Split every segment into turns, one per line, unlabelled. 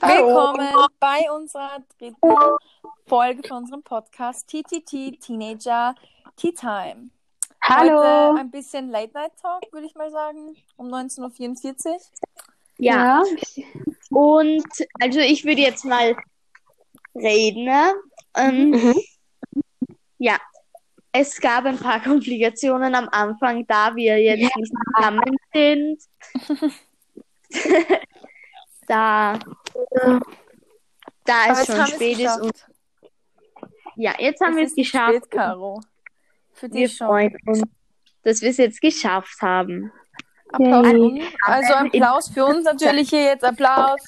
Willkommen bei unserer dritten Folge von unserem Podcast TTT Teenager Tea Time. Heute
Hallo.
ein bisschen Late Night Talk, würde ich mal sagen, um 19.44 Uhr.
Ja. Und also ich würde jetzt mal reden. Ne? Ähm,
Mhm.
Ja. Es gab ein paar Komplikationen am Anfang, da wir jetzt nicht zusammen sind. da, da es schon spät ist. Und, ja, jetzt haben wir es geschafft.
Spät, Caro. Für
Wir
dich schon.
freuen uns, dass wir es jetzt geschafft haben.
Applaus.
Yay.
um- Also Applaus für uns natürlich hier jetzt. Applaus.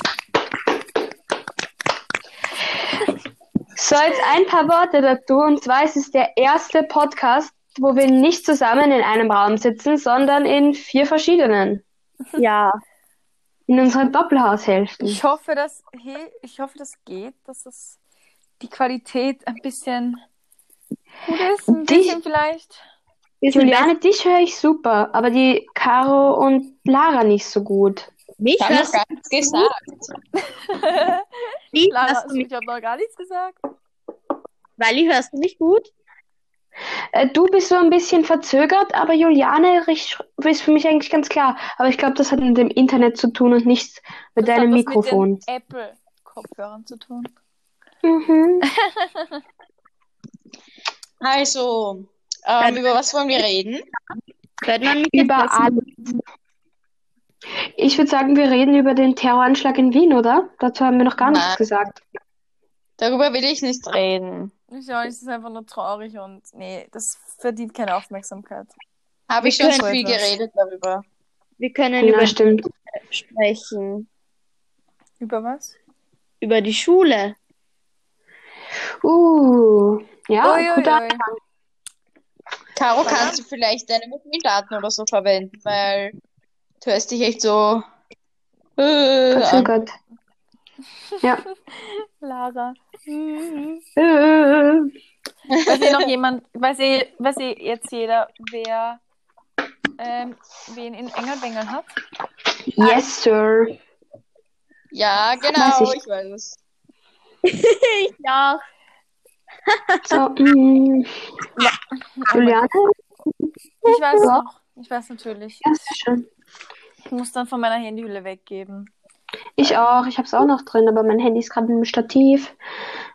So, jetzt ein paar Worte dazu. Und zwar ist es der erste Podcast, wo wir nicht zusammen in einem Raum sitzen, sondern in vier verschiedenen.
Ja.
In unseren Doppelhaushälften.
Ich hoffe, dass hey, ich hoffe, das geht, dass es die Qualität ein bisschen gut ist, ein
Dich-
bisschen vielleicht.
Wir sind
Juliane, dich höre ich super, aber die Caro und Lara nicht so gut.
mich,
Ich habe noch
was,
gar nichts gesagt.
mich,
Lara,
was du mich,
ich habe noch gar nichts gesagt.
Wally, hörst du mich gut?
Äh, du bist so ein bisschen verzögert, aber Juliane richt- ist für mich eigentlich ganz klar. Aber ich glaube, das hat mit dem Internet zu tun und nichts mit
Das hat
deinem
was
Mikrofon.
Mit den Apple-Kopfhörern zu tun.
Mhm.
Also, ähm, über was wollen wir reden?
Hört man mich jetzt
Über
besser?
alles. Ich würde sagen, wir reden über den Terroranschlag in Wien, oder? Dazu haben wir noch gar nichts
Nein.
gesagt.
Darüber will ich nicht reden.
Ich weiß, es ist einfach nur traurig und nee, das verdient keine Aufmerksamkeit.
Habe ich
Wir
schon zu
können
viel
so etwas.
geredet darüber.
Wir können
Ja,
über
stimmt.
sprechen.
Über was?
Über die Schule.
Uh, ja,
Ui, ui,
guter
ui.
Anfang.
Caro, kannst du vielleicht deine Mobildaten oder so verwenden, weil du hörst dich echt so äh, an.
Verzögert.
Lara.
Äh,
Weiß eh noch jemand, weiß eh, weiß eh jetzt jeder, wer ähm, wen in Engelbengel hat?
yes, sir.
Ja, genau,
Weiß ich.
ich weiß es.
Ja.
So, mm. Juliane,
Ich weiß
Ja.
noch. Ich weiß natürlich.
ja, sehr schön.
Ich muss dann von meiner Handyhülle weggeben.
Ich auch. Ich habe es auch noch drin, aber mein Handy ist gerade im Stativ,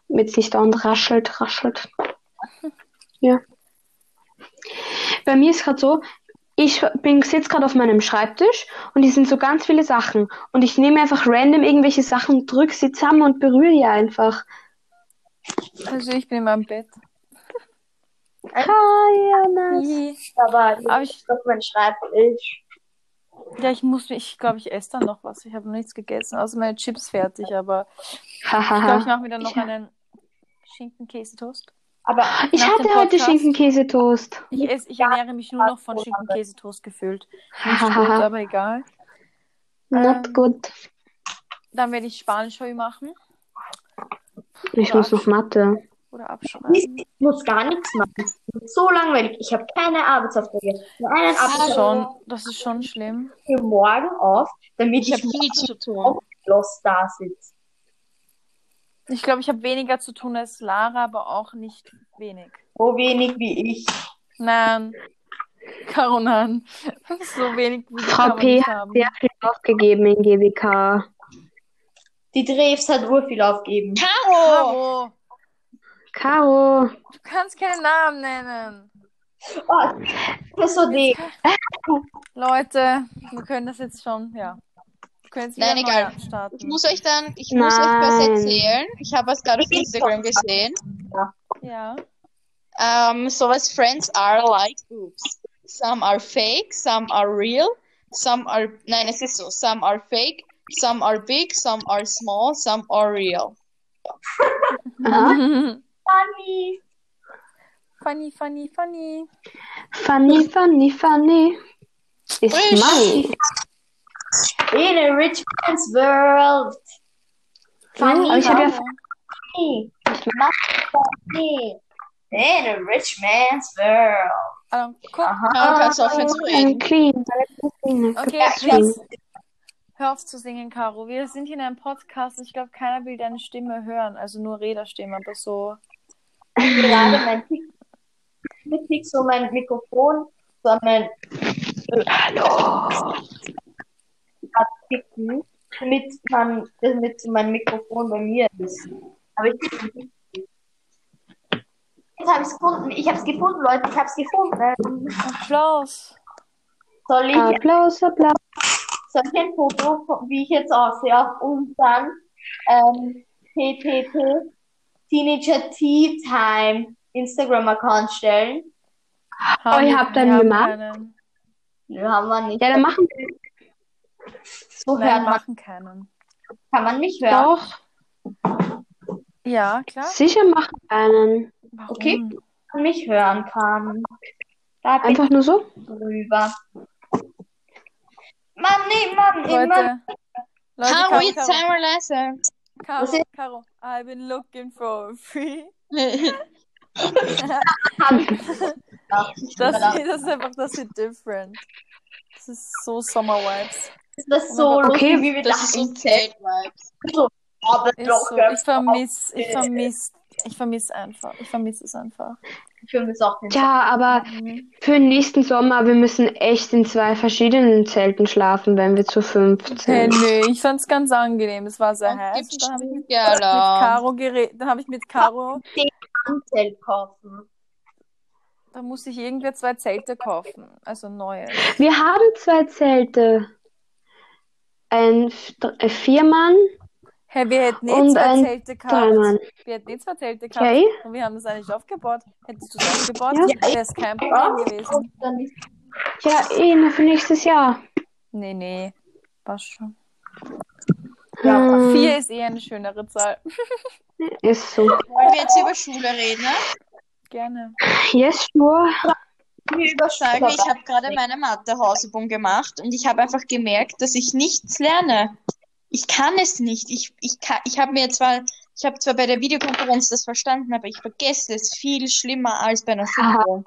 damit es nicht dauernd raschelt, raschelt. Ja. Bei mir ist gerade so, ich bin sitze gerade auf meinem Schreibtisch und hier sind so ganz viele Sachen. Und ich nehme einfach random irgendwelche Sachen, drücke sie zusammen und berühre die einfach.
Also ich bin in meinem Bett.
Hi, Anna.
Hihi.
Aber ich
Aber ich,
auf meinen Schreibtisch.
ja, ich muss mich, ich glaube, ich esse dann noch was. Ich habe noch nichts gegessen, außer meine Chips fertig, aber ich glaube, ich
Hahaha.
mache mir dann noch einen Schinken-Käsetoast.
Aber
Ich
nach dem
hatte heute
Podcast-
Schinkenkäsetoast.
Ich, esse, ich ernähre mich nur noch von Schinken-Käsetoast gefüllt. Nicht gut,
Hahaha.
aber egal. Ähm,
Not good.
Dann werde ich Spanisch-Heu machen
Ich muss noch Mathe.
oder abschreiben.
Ich muss gar nichts machen. Es ist so langweilig. Ich habe keine Arbeitsaufträge. Nur
Ah,
einen
Das ist
Arbeitsauftrag
schon, das ist schon schlimm.
für morgen auf, damit
Ich
ich
habe
nicht
viel zu tun.
los da sitze.
Ich glaube, ich habe weniger zu tun als Lara, aber auch nicht wenig.
So wenig wie ich.
Nein. Karonan. So wenig wie
Frau
kann man
P.
nicht haben.
Sehr viel aufgegeben in GWK.
Die Dreves hat urviel aufgeben.
Caro!
Caro,
Caro.
du kannst keinen Namen nennen.
Oh, das ist so die.
Leute, wir können das jetzt schon, ja. Wir können jetzt wieder
Nein, egal.
neu starten.
Ich muss euch dann, ich muss euch was
Nein.
erzählen. Ich habe was gerade auf Instagram gesehen.
Ja.
Um, sowas friends are like oops. Some are fake, some are real, some are nein, es ist so, some are fake, some are big, some are small, some are real.
Aha.
Funny.
funny, funny, funny.
Funny, funny, funny. Ist
Frisch.
Mai.
In a rich man's world. Funny.
Aber ich hab ja-
Caro.
funny. Funny. In a rich man's world.
Also, guck.
Aha.
Caro, kannst du aufhören zu reden?
Clean. clean.
Okay,
clean.
please. Hör auf zu singen, Caro. Wir sind hier in einem Podcast und ich glaube, keiner will deine Stimme hören. Also nur Rederstimme, aber so.
gerade mein Tick, mit Tick so mein Mikrofon, so mein
Hallo.
Ticken, damit man, damit so mein Mikrofon bei mir ist. Aber ich Jetzt habe ich es gefunden. Ich habe es gefunden, Leute. Ich habe es gefunden.
Applaus.
Soll ich,
Ah. Applaus, Applaus.
soll ich ein Foto, von- wie ich jetzt aussehe, auf unseren ähm, PPP Teenager Tea Time Instagram-Account stellen?
Haben-
Oh, ihr habt einen
wir haben
gemacht?
Keinen.
Nö, haben wir nicht.
Ja, dann machen wir
so
Nein,
hören man,
machen keinen.
kann man nicht hören.
doch.
Ja, klar.
Sicher machen wir einen.
Warum?
Okay. man mich hören kann. Da bin
Einfach nur so.
ich drüber. Mann, nee, Mann, immer.
Leute. Leute,
Caro,
Caro,
jetzt sei
Caro,
mal leiser.
Was
Caro,
ist-
Caro, I've been looking for a free. Das,
Das
das ist einfach, das ist different. Das ist so Summer Vibes.
ist so
Okay,
lustig, wie wir oh,
das ist so Ted Vibes.
Aber
Ist
doch,
so,
Girls,
ich vermisse, ich vermisse, ich vermisse einfach. Ich vermisse es einfach.
ich vermisse auch den.
Tja, aber für den nächsten Sommer, wir müssen echt in zwei verschiedenen Zelten schlafen, wenn wir zu fünf
Hey,
sind.
nö, ich fand es ganz angenehm. Es war sehr
Und
heiß.
gibt's
Und dann habe ich mit, mit
Gala.
Caro geredet. Dann habe ich mit Caro,
Anzelt kaufen.
da musste ich irgendwer zwei Zelte kaufen. Also neue.
Wir haben zwei Zelte. Ein F- dr- äh, Viermann,
Hey, wir hätten eh
Und
zwei
ein
Zelte gehabt.
Dreimann.
Wir hätten eh zwei Zelte gehabt.
Okay?
Und wir haben das eigentlich aufgebaut. Hättest du es aufgebaut,
Ja.
wäre es kein Problem gewesen.
Und dann ist
Ja, eh, nur für nächstes Jahr.
Nee, nee. Passt schon.
Ja,
Hm,
Vier ist eh eine schönere Zahl.
ist so.
Wollen wir jetzt über Schule reden? ne?
Gerne.
Yes, sure.
mir über
Sage, ich
Schule.
habe gerade meine Mathe-Hausübung gemacht und ich habe einfach gemerkt, dass ich nichts lerne. Ich kann es nicht. Ich, ich, kann, ich habe mir zwar, ich habe zwar bei der Videokonferenz das verstanden, aber ich vergesse es viel schlimmer als bei einer Schule.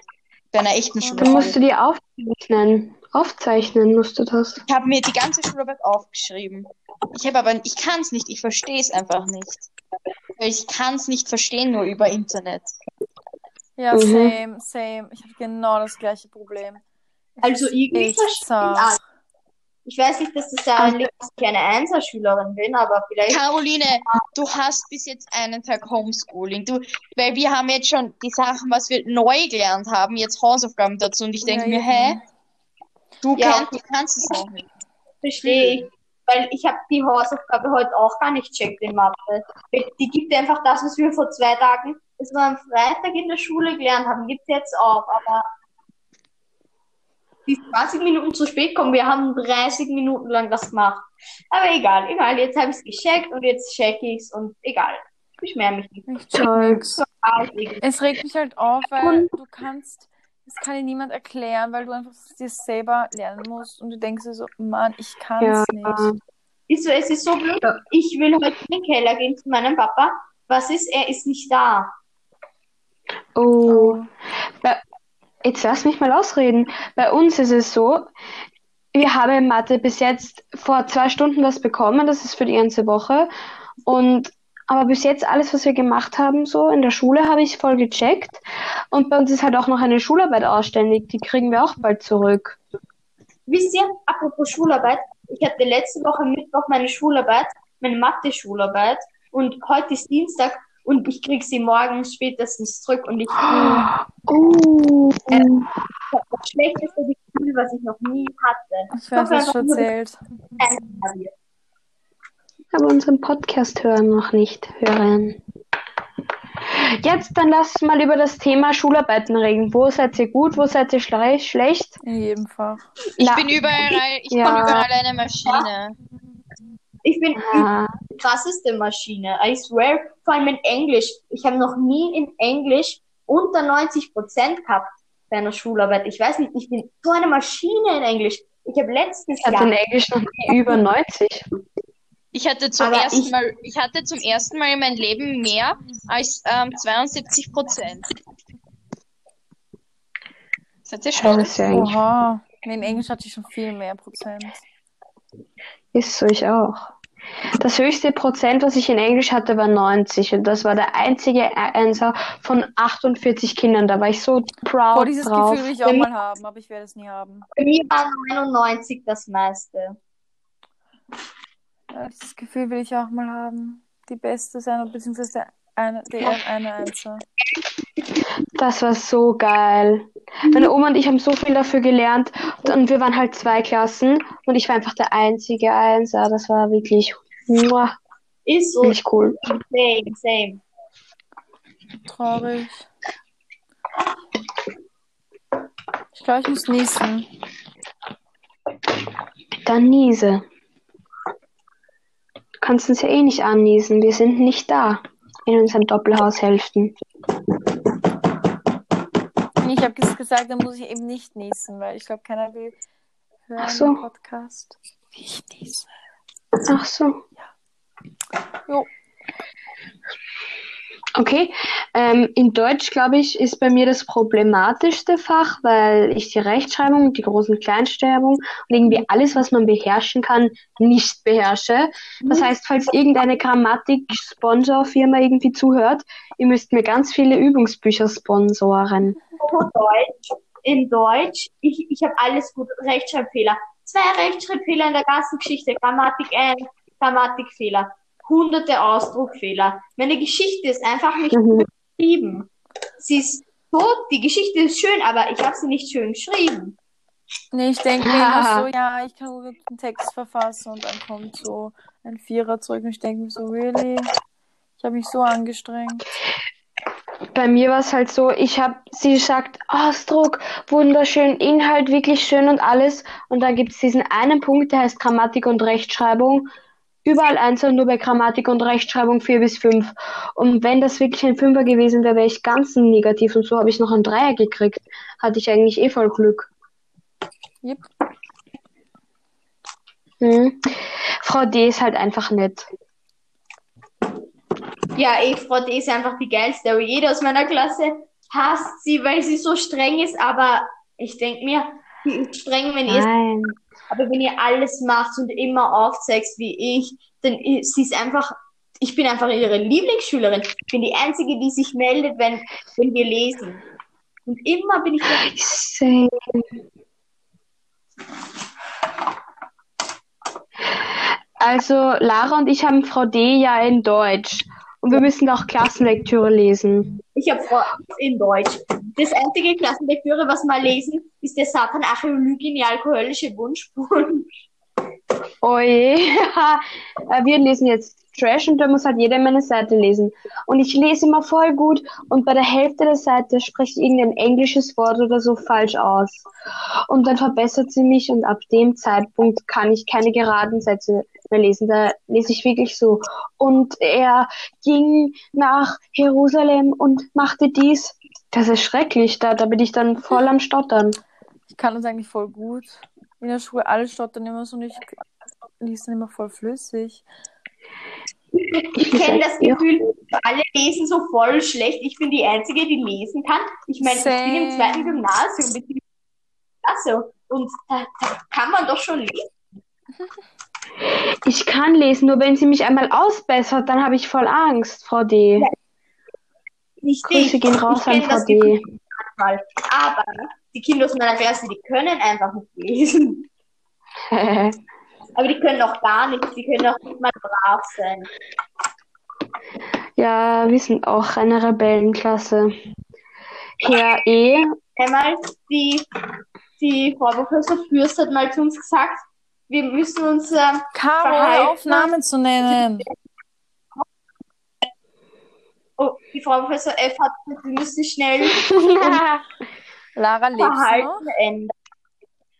Bei einer echten
Dann
Schule.
musst du dir aufzeichnen. Aufzeichnen musst du das.
Ich habe mir die ganze Schularbeit aufgeschrieben. Ich habe aber, ich kann es nicht, ich verstehe es einfach nicht. Weil ich kann es nicht verstehen, nur über Internet.
Ja,
Mhm.
same, same. Ich habe genau das gleiche Problem. Es
Also
ist
irgendwie
echt
verstehe ich
zart.
alles. Ich weiß nicht, dass das daran liegt, dass ich eine Einserschülerin bin, aber vielleicht.
Caroline, du hast bis jetzt einen Tag Homeschooling. Du, weil wir haben jetzt schon die Sachen, was wir neu gelernt haben, jetzt Hausaufgaben dazu. Und ich denke
Ja,
mir,
eben.
hä? Du,
Ja.
kannst, du kannst es auch nicht.
Verstehe ich. Weil ich habe die Hausaufgabe heute auch gar nicht checkt in Mathe. Die gibt dir einfach das, was wir vor zwei Tagen, das wir am Freitag in der Schule gelernt haben, gibt jetzt auch. Aber die ist 20 Minuten zu spät kommen, wir haben 30 Minuten lang das gemacht. Aber egal, egal, jetzt habe ich es gecheckt und jetzt check ich es und egal. Ich beschwere mich nicht.
Ich
Toll.
check's. Es regt mich halt auf, weil du kannst, es kann dir niemand erklären, weil du einfach dir selber lernen musst und du denkst dir so, Mann, ich kann es nicht.
Ist so, es ist so blöd. Ich will heute in den Keller gehen zu meinem Papa. Was ist? Er ist nicht da.
Oh. Bei- Jetzt lass mich mal ausreden. Bei uns ist es so, wir haben in Mathe bis jetzt vor zwei Stunden was bekommen, das ist für die ganze Woche. Und aber bis jetzt alles, was wir gemacht haben, so in der Schule, habe ich voll gecheckt. Und bei uns ist halt auch noch eine Schularbeit ausständig, die kriegen wir auch bald zurück.
Wisst ihr, apropos Schularbeit, ich hatte letzte Woche Mittwoch meine Schularbeit, meine Mathe-Schularbeit und heute ist Dienstag und ich krieg sie morgen spätestens zurück und ich
Ah.
habe
Oh.
das schlechteste Gefühl, was ich noch nie hatte.
Ich weiß, was schon zählt.
Aber unseren Podcast hören noch nicht hören. Jetzt dann lass uns mal über das Thema Schularbeiten reden. Wo seid ihr gut, wo seid ihr schle schlecht?
In jedem Fall.
Ich
La-
bin überall, ich
Ja.
bin überall eine Maschine.
Ich bin
Ah.
die krasseste Maschine, I swear, vor allem in Englisch. Ich habe noch nie in Englisch unter 90 Prozent gehabt bei einer Schularbeit. Ich weiß nicht, ich bin so eine Maschine in Englisch. Ich habe letztes
Ich hatte
Jahr
in Englisch noch nie über 90.
Ich hatte zum
Aber
ersten
ich-
Mal, ich hatte zum ersten Mal in meinem Leben mehr als ähm, 72 Prozent. Seid ihr
Das
stolz?
ist ja eigentlich.
Oha. Nee, in Englisch hatte ich schon viel mehr Prozent.
Ist so, ich auch. Das höchste Prozent, was ich in Englisch hatte, war 90. Und das war der einzige Answer von 48 Kindern. Da war ich so proud
Boah, dieses
drauf.
Gefühl will ich auch mal haben, aber ich werde es nie haben.
Bei mir war 99 das meiste.
Ja, dieses Gefühl will ich auch mal haben. Die Beste sein, beziehungsweise der eine, der eine Einser.
Das war so geil. Meine Oma und ich haben so viel dafür gelernt. Und wir waren halt zwei Klassen. Und ich war einfach der einzige Einser. Das war wirklich muah,
Ist so.
richtig cool.
Same, same.
Traurig. Ich glaube, ich muss niesen.
Dann niese. Du kannst uns ja eh nicht anniesen. Wir sind nicht da. In unseren Doppelhaushälften.
Ich habe ges- gesagt, dann muss ich eben nicht niesen, weil ich glaube, keiner will hören
Ach so.
im Podcast. wie Ich niese.
Ach so.
Jo.
Okay, ähm, in Deutsch, glaube ich, ist bei mir das problematischste Fach, weil ich die Rechtschreibung, die Groß- und Kleinschreibung und irgendwie alles, was man beherrschen kann, nicht beherrsche. Das heißt, falls irgendeine Grammatik-Sponsor-Firma irgendwie zuhört, ihr müsst mir ganz viele Übungsbücher sponsoren.
Apropos Deutsch. In Deutsch, ich, ich habe alles gut. Rechtschreibfehler. Zwei Rechtschreibfehler in der ganzen Geschichte. Grammatik ein, Grammatikfehler. Hunderte Ausdruckfehler. Meine Geschichte ist einfach nicht
Mhm.
geschrieben. Sie ist so, die Geschichte ist schön, aber ich habe sie nicht schön geschrieben.
Nee, ich denke mir
Ah.
immer so, ja, ich kann nur einen Text verfassen und dann kommt so ein Vierer zurück und ich denke mir so, really? Ich habe mich so angestrengt.
Bei mir war es halt so, ich habe, sie sagt, Ausdruck, wunderschön, Inhalt, wirklich schön und alles. Und dann gibt es diesen einen Punkt, der heißt Grammatik und Rechtschreibung. Überall einzeln, nur bei Grammatik und Rechtschreibung 4 bis 5. Und wenn das wirklich ein Fünfer gewesen wäre, wäre ich ganz negativ. Und so habe ich noch ein Dreier gekriegt. Hatte ich eigentlich eh voll Glück.
Yep.
Hm. Frau D ist halt einfach nett.
Ja, ich Frau D ist einfach die geilste. Aber jeder aus meiner Klasse hasst sie, weil sie so streng ist. Aber ich denke mir, die ist streng, wenn ihr
Nein.
Aber wenn ihr alles macht und immer aufzeigst wie ich, dann ist sie ist einfach, ich bin einfach ihre Lieblingsschülerin. Ich bin die Einzige, die sich meldet, wenn, wenn wir lesen. Und immer bin ich da.
Ich sehe. Also Lara und ich haben Frau D ja in Deutsch. Und wir müssen da auch Klassenlektüre lesen.
Ich habe Frau in Deutsch. Das einzige Klassenlektüre, was mal lesen, ist der Satan Archäologin, die alkoholische Wunschbund.
Oje, Äh, wir lesen jetzt Trash und da muss halt jeder immer eine Seite lesen. Und ich lese immer voll gut und bei der Hälfte der Seite spricht irgendein englisches Wort oder so falsch aus. Und dann verbessert sie mich und ab dem Zeitpunkt kann ich keine geraden Sätze mehr lesen. Da lese ich wirklich so. Und er ging nach Jerusalem und machte dies. Das ist schrecklich, da, da bin ich dann voll am Stottern.
Ich kann das eigentlich voll gut. In der Schule alle stottern immer so und ich lies dann immer voll flüssig.
Ich kenne das Gefühl, alle lesen so voll schlecht. Ich bin die Einzige, die lesen kann. Ich meine, ich bin im
Same.
zweiten Gymnasium, bin in der Klasse. Und da, da kann man doch schon lesen.
Ich kann lesen, nur wenn sie mich einmal ausbessert, dann habe ich voll Angst, Frau D.
Nicht
Grüße
ich.
gehen raus
Ich kenn
an Frau
das Gefühl
D.
manchmal. Aber die Kinder aus meiner Klasse, die können einfach nicht lesen. Aber die können auch gar nichts. Die können auch nicht mal brav sein.
ja, wir sind auch eine Rebellenklasse. Herr E.
Einmal die, die Frau Professor Fürst hat mal zu uns gesagt, wir müssen uns, ähm,
Caro,
Verhalten.
hör auf Namen zu nennen.
oh, die Frau Professor F hat gesagt, wir müssen schnell
Lara, lebst ne? du noch?
Verhalten ändern.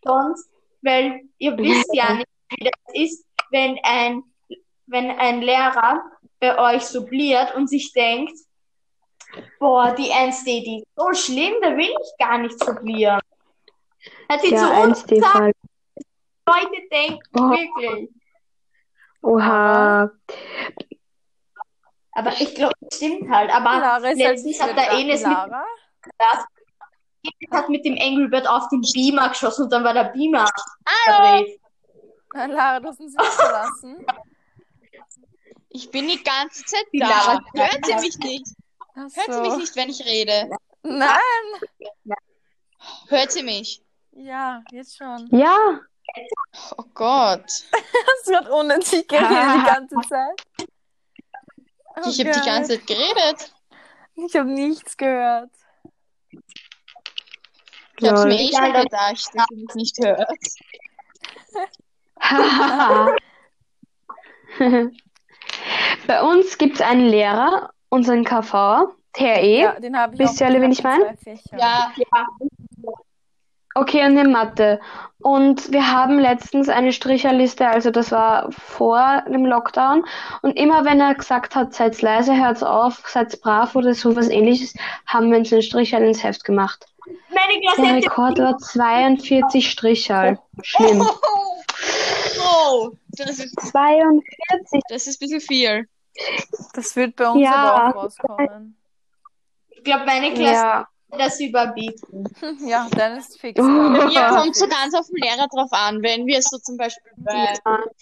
Sonst, weil ihr wisst ja nicht, wie das ist, wenn ein, wenn ein Lehrer bei euch subliert und sich denkt, boah, die 1D, die ist so schlimm, da will ich gar nicht sublieren. Hat die zu
ja, also Oh.
uns
1 D
gesagt,
Fall.
Leute denken
Oha.
wirklich.
Oha.
Aber ich glaube, das stimmt halt. Aber
Lara ist halt
letztens
nicht
hat der Enes mit
Lara.
das hat mit dem Engelbert auf den Beamer geschossen und dann war der Beamer verdreht.
Na, Lara, du hast uns nicht verlassen.
Ich bin die ganze Zeit
Die
da.
Lara-
Hört ihr mich nicht?
Ach
Hört ihr mich
so.
nicht, wenn ich rede?
Nein.
Hört ihr mich?
Ja, jetzt schon.
Ja,
Oh Gott.
Hast du gerade unnötig geredet die ganze Zeit? Oh
Ich habe die
Gott.
ganze Zeit geredet.
Ich habe nichts gehört.
Ich hab's
Lol.
mir eh schon gedacht, dass ihr mich nicht hört.
Bei uns gibt es einen Lehrer, unseren KV, TRE.
Ja, den habe ich
Wisst
auch
ihr alle, wen ich
gehabt in
meine?
zwei Fächern.
Ja,
Okay, und in Mathe. Und wir haben letztens eine Stricherliste, also das war vor dem Lockdown. Und immer wenn er gesagt hat, seid leise, hört's auf, seid brav oder sowas ähnliches, haben wir uns einen Strichal ins Heft gemacht.
Meine Klasse
Der
hätte
Rekord war 42 Strichal. Schlimm.
Oh, das ist,
42.
das ist ein bisschen viel.
Das wird bei uns
Ja.
aber auch rauskommen.
ich glaube, meine Klasse
Ja.
hätte das überbieten.
Ja, dann ist fix.
Hier
Ja.
kommt so ganz auf den Lehrer drauf an, wenn wir so zum Beispiel bei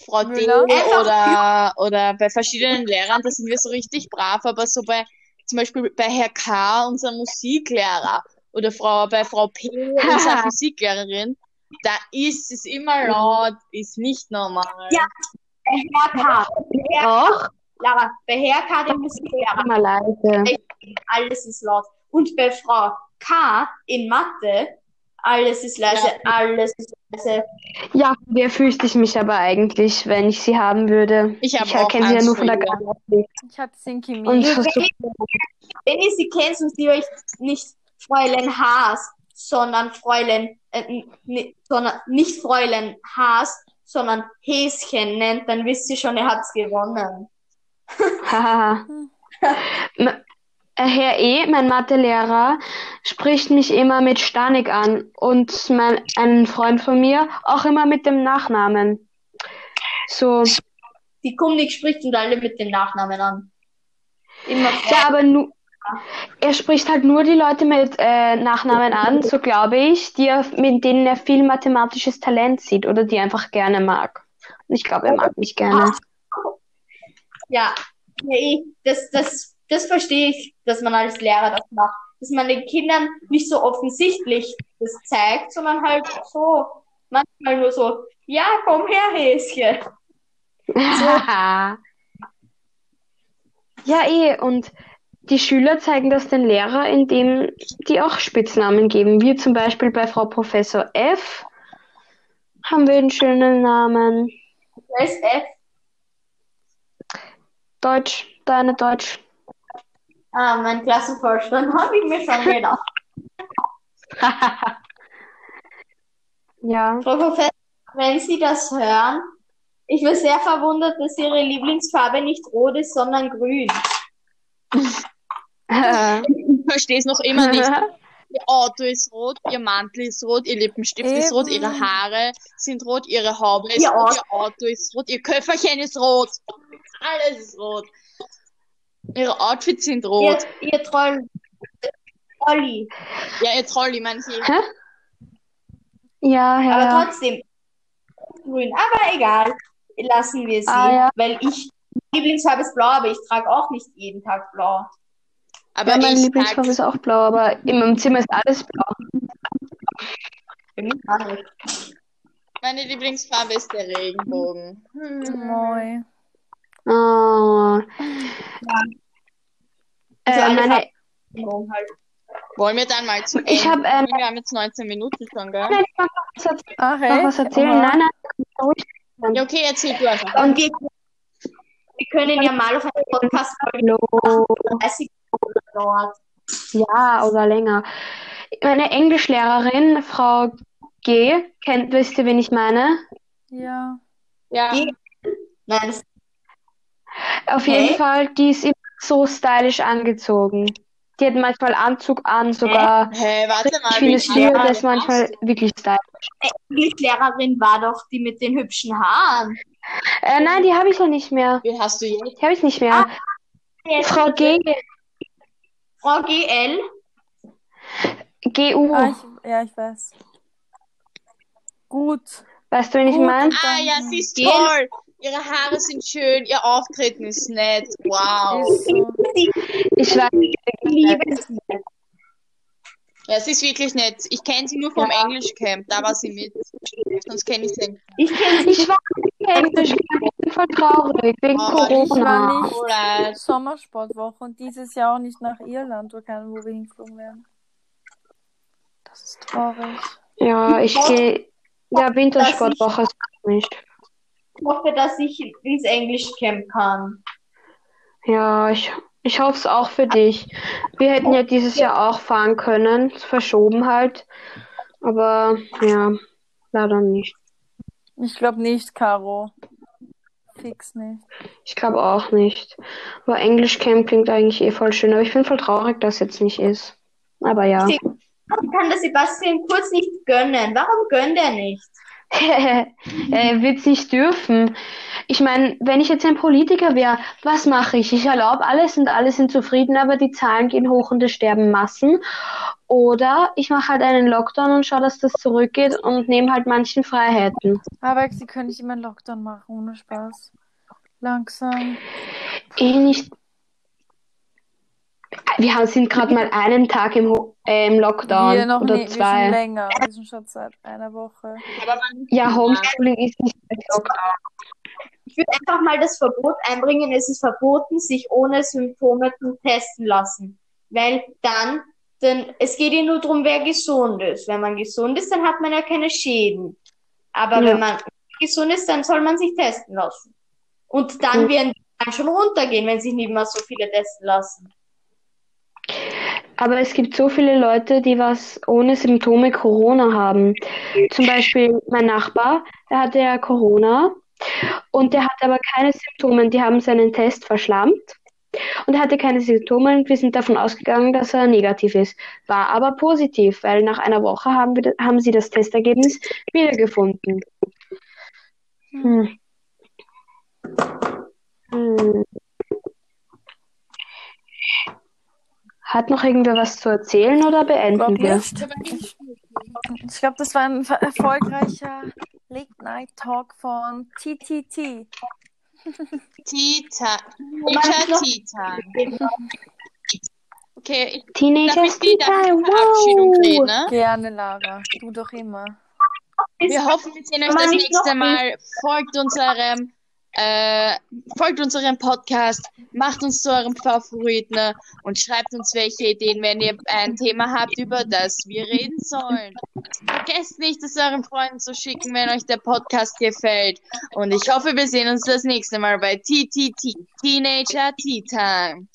Frau D
Müller?
oder, oder bei verschiedenen Lehrern, da sind wir so richtig brav, aber so bei zum Beispiel bei Herr K., unserem Musiklehrer, oder Frau, bei Frau P., unserer Musiklehrerin, da ist es immer laut, ist nicht normal.
Ja. Bei Herr K. Herr,
Auch
Lara, bei Herr K. dem Musiklehrer,
immer leise.
alles ist laut. Und bei Frau K. in Mathe, alles ist leise, alles ist leise.
Ja, wer fürchte ich mich aber eigentlich, wenn ich sie haben würde?
Ich hab
Ich
auch
erkenne sie ja
Angst
nur von
vor
der
ihr.
Grafik.
Ich hatte es in Chemie.
Und versuche
Wenn ihr sie kennt, sonst lieber ich nicht Fräulein Haas, sondern Fräulein, äh, n- sondern nicht Fräulein Haas, sondern Häschen nennt, dann wisst ihr schon, ihr habt's gewonnen.
Hahaha.
Hm.
M- Herr E., mein Mathelehrer, spricht mich immer mit Stanik an und mein, einen Freund von mir auch immer mit dem Nachnamen. So,
Die Kumnik spricht und alle mit dem Nachnamen an. Immer
ja, aber nu, er spricht halt nur die Leute mit äh, Nachnamen an, so glaube ich, die er, mit denen er viel mathematisches Talent sieht oder die er einfach gerne mag. Und ich glaube, er mag mich gerne.
Ja, nee, das, das, das verstehe ich, dass man als Lehrer das macht. Dass man den Kindern nicht so offensichtlich das zeigt, sondern halt so, manchmal nur so, ja, komm her, Häschen.
Ja, eh, und die Schüler zeigen das den Lehrer, indem die auch Spitznamen geben. Wie zum Beispiel bei Frau Professor F. haben wir einen schönen Namen.
Da ist F.
Deutsch, deine Deutsch.
Ah, mein Klassenvorstand, habe ich mir schon gedacht.
Ja,
Frau Professor, wenn Sie das hören, ich bin sehr verwundert, dass Ihre Lieblingsfarbe nicht rot ist, sondern grün.
Ich verstehe es noch immer nicht. Ihr Auto ist rot, ihr Mantel ist rot, ihr Lippenstift ist rot, ihre
Eben.
Haare sind rot, ihre Haube ist
Ihr
rot, ihr Auto ist rot, ihr Köfferchen ist rot. Alles ist rot. Ihre Outfits sind
Ihr,
rot.
ihr Troll. Trolli.
Ja, ihr Trolley, manche.
ja, ja,
Aber
ja.
trotzdem, grün. Aber egal, lassen wir sie,
Ah, ja.
weil ich Lieblingsfarbe ist blau, aber ich trage auch nicht jeden Tag blau.
Aber
Ja, meine
ich
Lieblingsfarbe
sag,
ist auch blau, aber in meinem Zimmer ist alles blau.
Für mich auch nicht.
meine Lieblingsfarbe ist der Regenbogen.
Moi.
Oh. Äh,
alle
meine
Halt.
Wollen wir dann mal zu Ende?
Ich hab, ähm,
Wir haben jetzt 19 Minuten schon, gell?
Nein, ich mag noch was erzählen.
Ach,
Noch
echt?
was erzählen?
Oha.
Nein, nein, ruhig.
Ja, okay, erzähl du einfach.
Und wir, wir können ja mal auf einen Podcast folgen,
Hallo.
30 Minuten dauert.
Ja, oder länger. Meine Englischlehrerin, Frau G., kennt, wisst ihr, wen ich meine?
Ja.
Ja,
Geh- Nein, das
Auf
Hä?
jeden Fall, die ist immer so stylisch angezogen. Die hat manchmal Anzug an, sogar
hey, warte mal.
ich
wie Ah,
finde es Leo,
krass
das ist manchmal
machst
wirklich stylisch.
Englischlehrerin war doch die mit den hübschen Haaren.
Äh, nein, die habe ich ja nicht mehr.
du? Wie hast du jetzt?
Die habe ich nicht mehr. Frau G.,
Frau GL,
GU. Oh.
Ah, ich, ja, ich weiß. Gut.
Weißt du, wen ich meine?
Ah ja, sie ist toll. Ihre Haare sind schön, ihr Auftreten ist nett. Wow.
Ist so.
Ich weiß,
Liebe sie.
Ja, sie ist wirklich nett. Ich kenne sie nur vom Englischcamp, da war sie mit. Sonst kenne ich sie nicht.
ich war nicht englisch, ich bin voll traurig wegen
Aber ich
war
Corona.
nicht-
Alright.
Sommersportwoche und dieses Jahr auch nicht nach Irland, wo kein- wo wir hingeflogen wären. Das ist traurig.
Ja, ich gehe. Ja, Wintersportwoche ist für mich.
Ich hoffe, dass ich ins Englischcamp kann.
Ja, ich, ich hoffe es auch für dich. Wir hätten ja dieses Jahr auch fahren können, verschoben halt. Aber ja, leider nicht.
Ich glaube nicht, Caro. Fix nicht.
Ich glaube auch nicht. Aber Englischcamp klingt eigentlich eh voll schön, aber ich bin voll traurig, dass jetzt nicht ist. Aber ja.
Warum kann das Sebastian Kurz nicht gönnen? Warum gönnt er nicht?
äh, wird's nicht dürfen. Ich meine, wenn ich jetzt ein Politiker wäre, was mache ich? Ich erlaube alles und alle sind zufrieden, aber die Zahlen gehen hoch und es sterben Massen. Oder ich mache halt einen Lockdown und schaue, dass das zurückgeht und nehme halt manchen Freiheiten.
Aber sie können nicht immer einen Lockdown machen, ohne Spaß. Langsam.
Eh nicht. Wir haben- sind gerade mal einen Tag im, Ho- äh, im Lockdown
wir noch
oder
nie, wir
zwei.
sind länger. Wir sind schon seit einer Woche.
Ja, Homeschooling ist nicht mehr Lockdown.
Ich würde einfach mal das Verbot einbringen, es ist verboten, sich ohne Symptome zu testen lassen. Weil dann, denn es geht ja nur darum, wer gesund ist. Wenn man gesund ist, dann hat man ja keine Schäden. Aber
Ja.
wenn man nicht gesund ist, dann soll man sich testen lassen. Und dann werden die Zahlen schon runtergehen, wenn sich nicht mehr so viele testen lassen.
Aber es gibt so viele Leute, die was ohne Symptome Corona haben. Zum Beispiel mein Nachbar, der hatte ja Corona und der hatte aber keine Symptome. Die haben seinen Test verschlammt und er hatte keine Symptome und wir sind davon ausgegangen, dass er negativ ist. War aber positiv, weil nach einer Woche haben, wir, haben sie das Testergebnis wiedergefunden. Hm. Hm. Hat noch irgendwer was zu erzählen oder beenden
Glaub
wir?
nicht. Ich, ich glaube, das war ein ver- erfolgreicher Late Night Talk von TTT.
Tita. Teacher Tita. Okay, ich darf
Teenagers,
ich die
Dieter,
dann Verabschiedung
wow!
reden, ne?
Gerne, Lara. Du doch immer.
Wir hoffen, wir sehen euch das nächste Mal. Folgt unserem, äh, folgt unserem Podcast, macht uns zu eurem Favoriten ne, und schreibt uns, welche Ideen, wenn ihr ein Thema habt, über das wir reden sollen. Vergesst nicht, es euren Freunden zu schicken, wenn euch der Podcast gefällt. Und ich hoffe, wir sehen uns das nächste Mal bei TTT, Teenager Tea Time.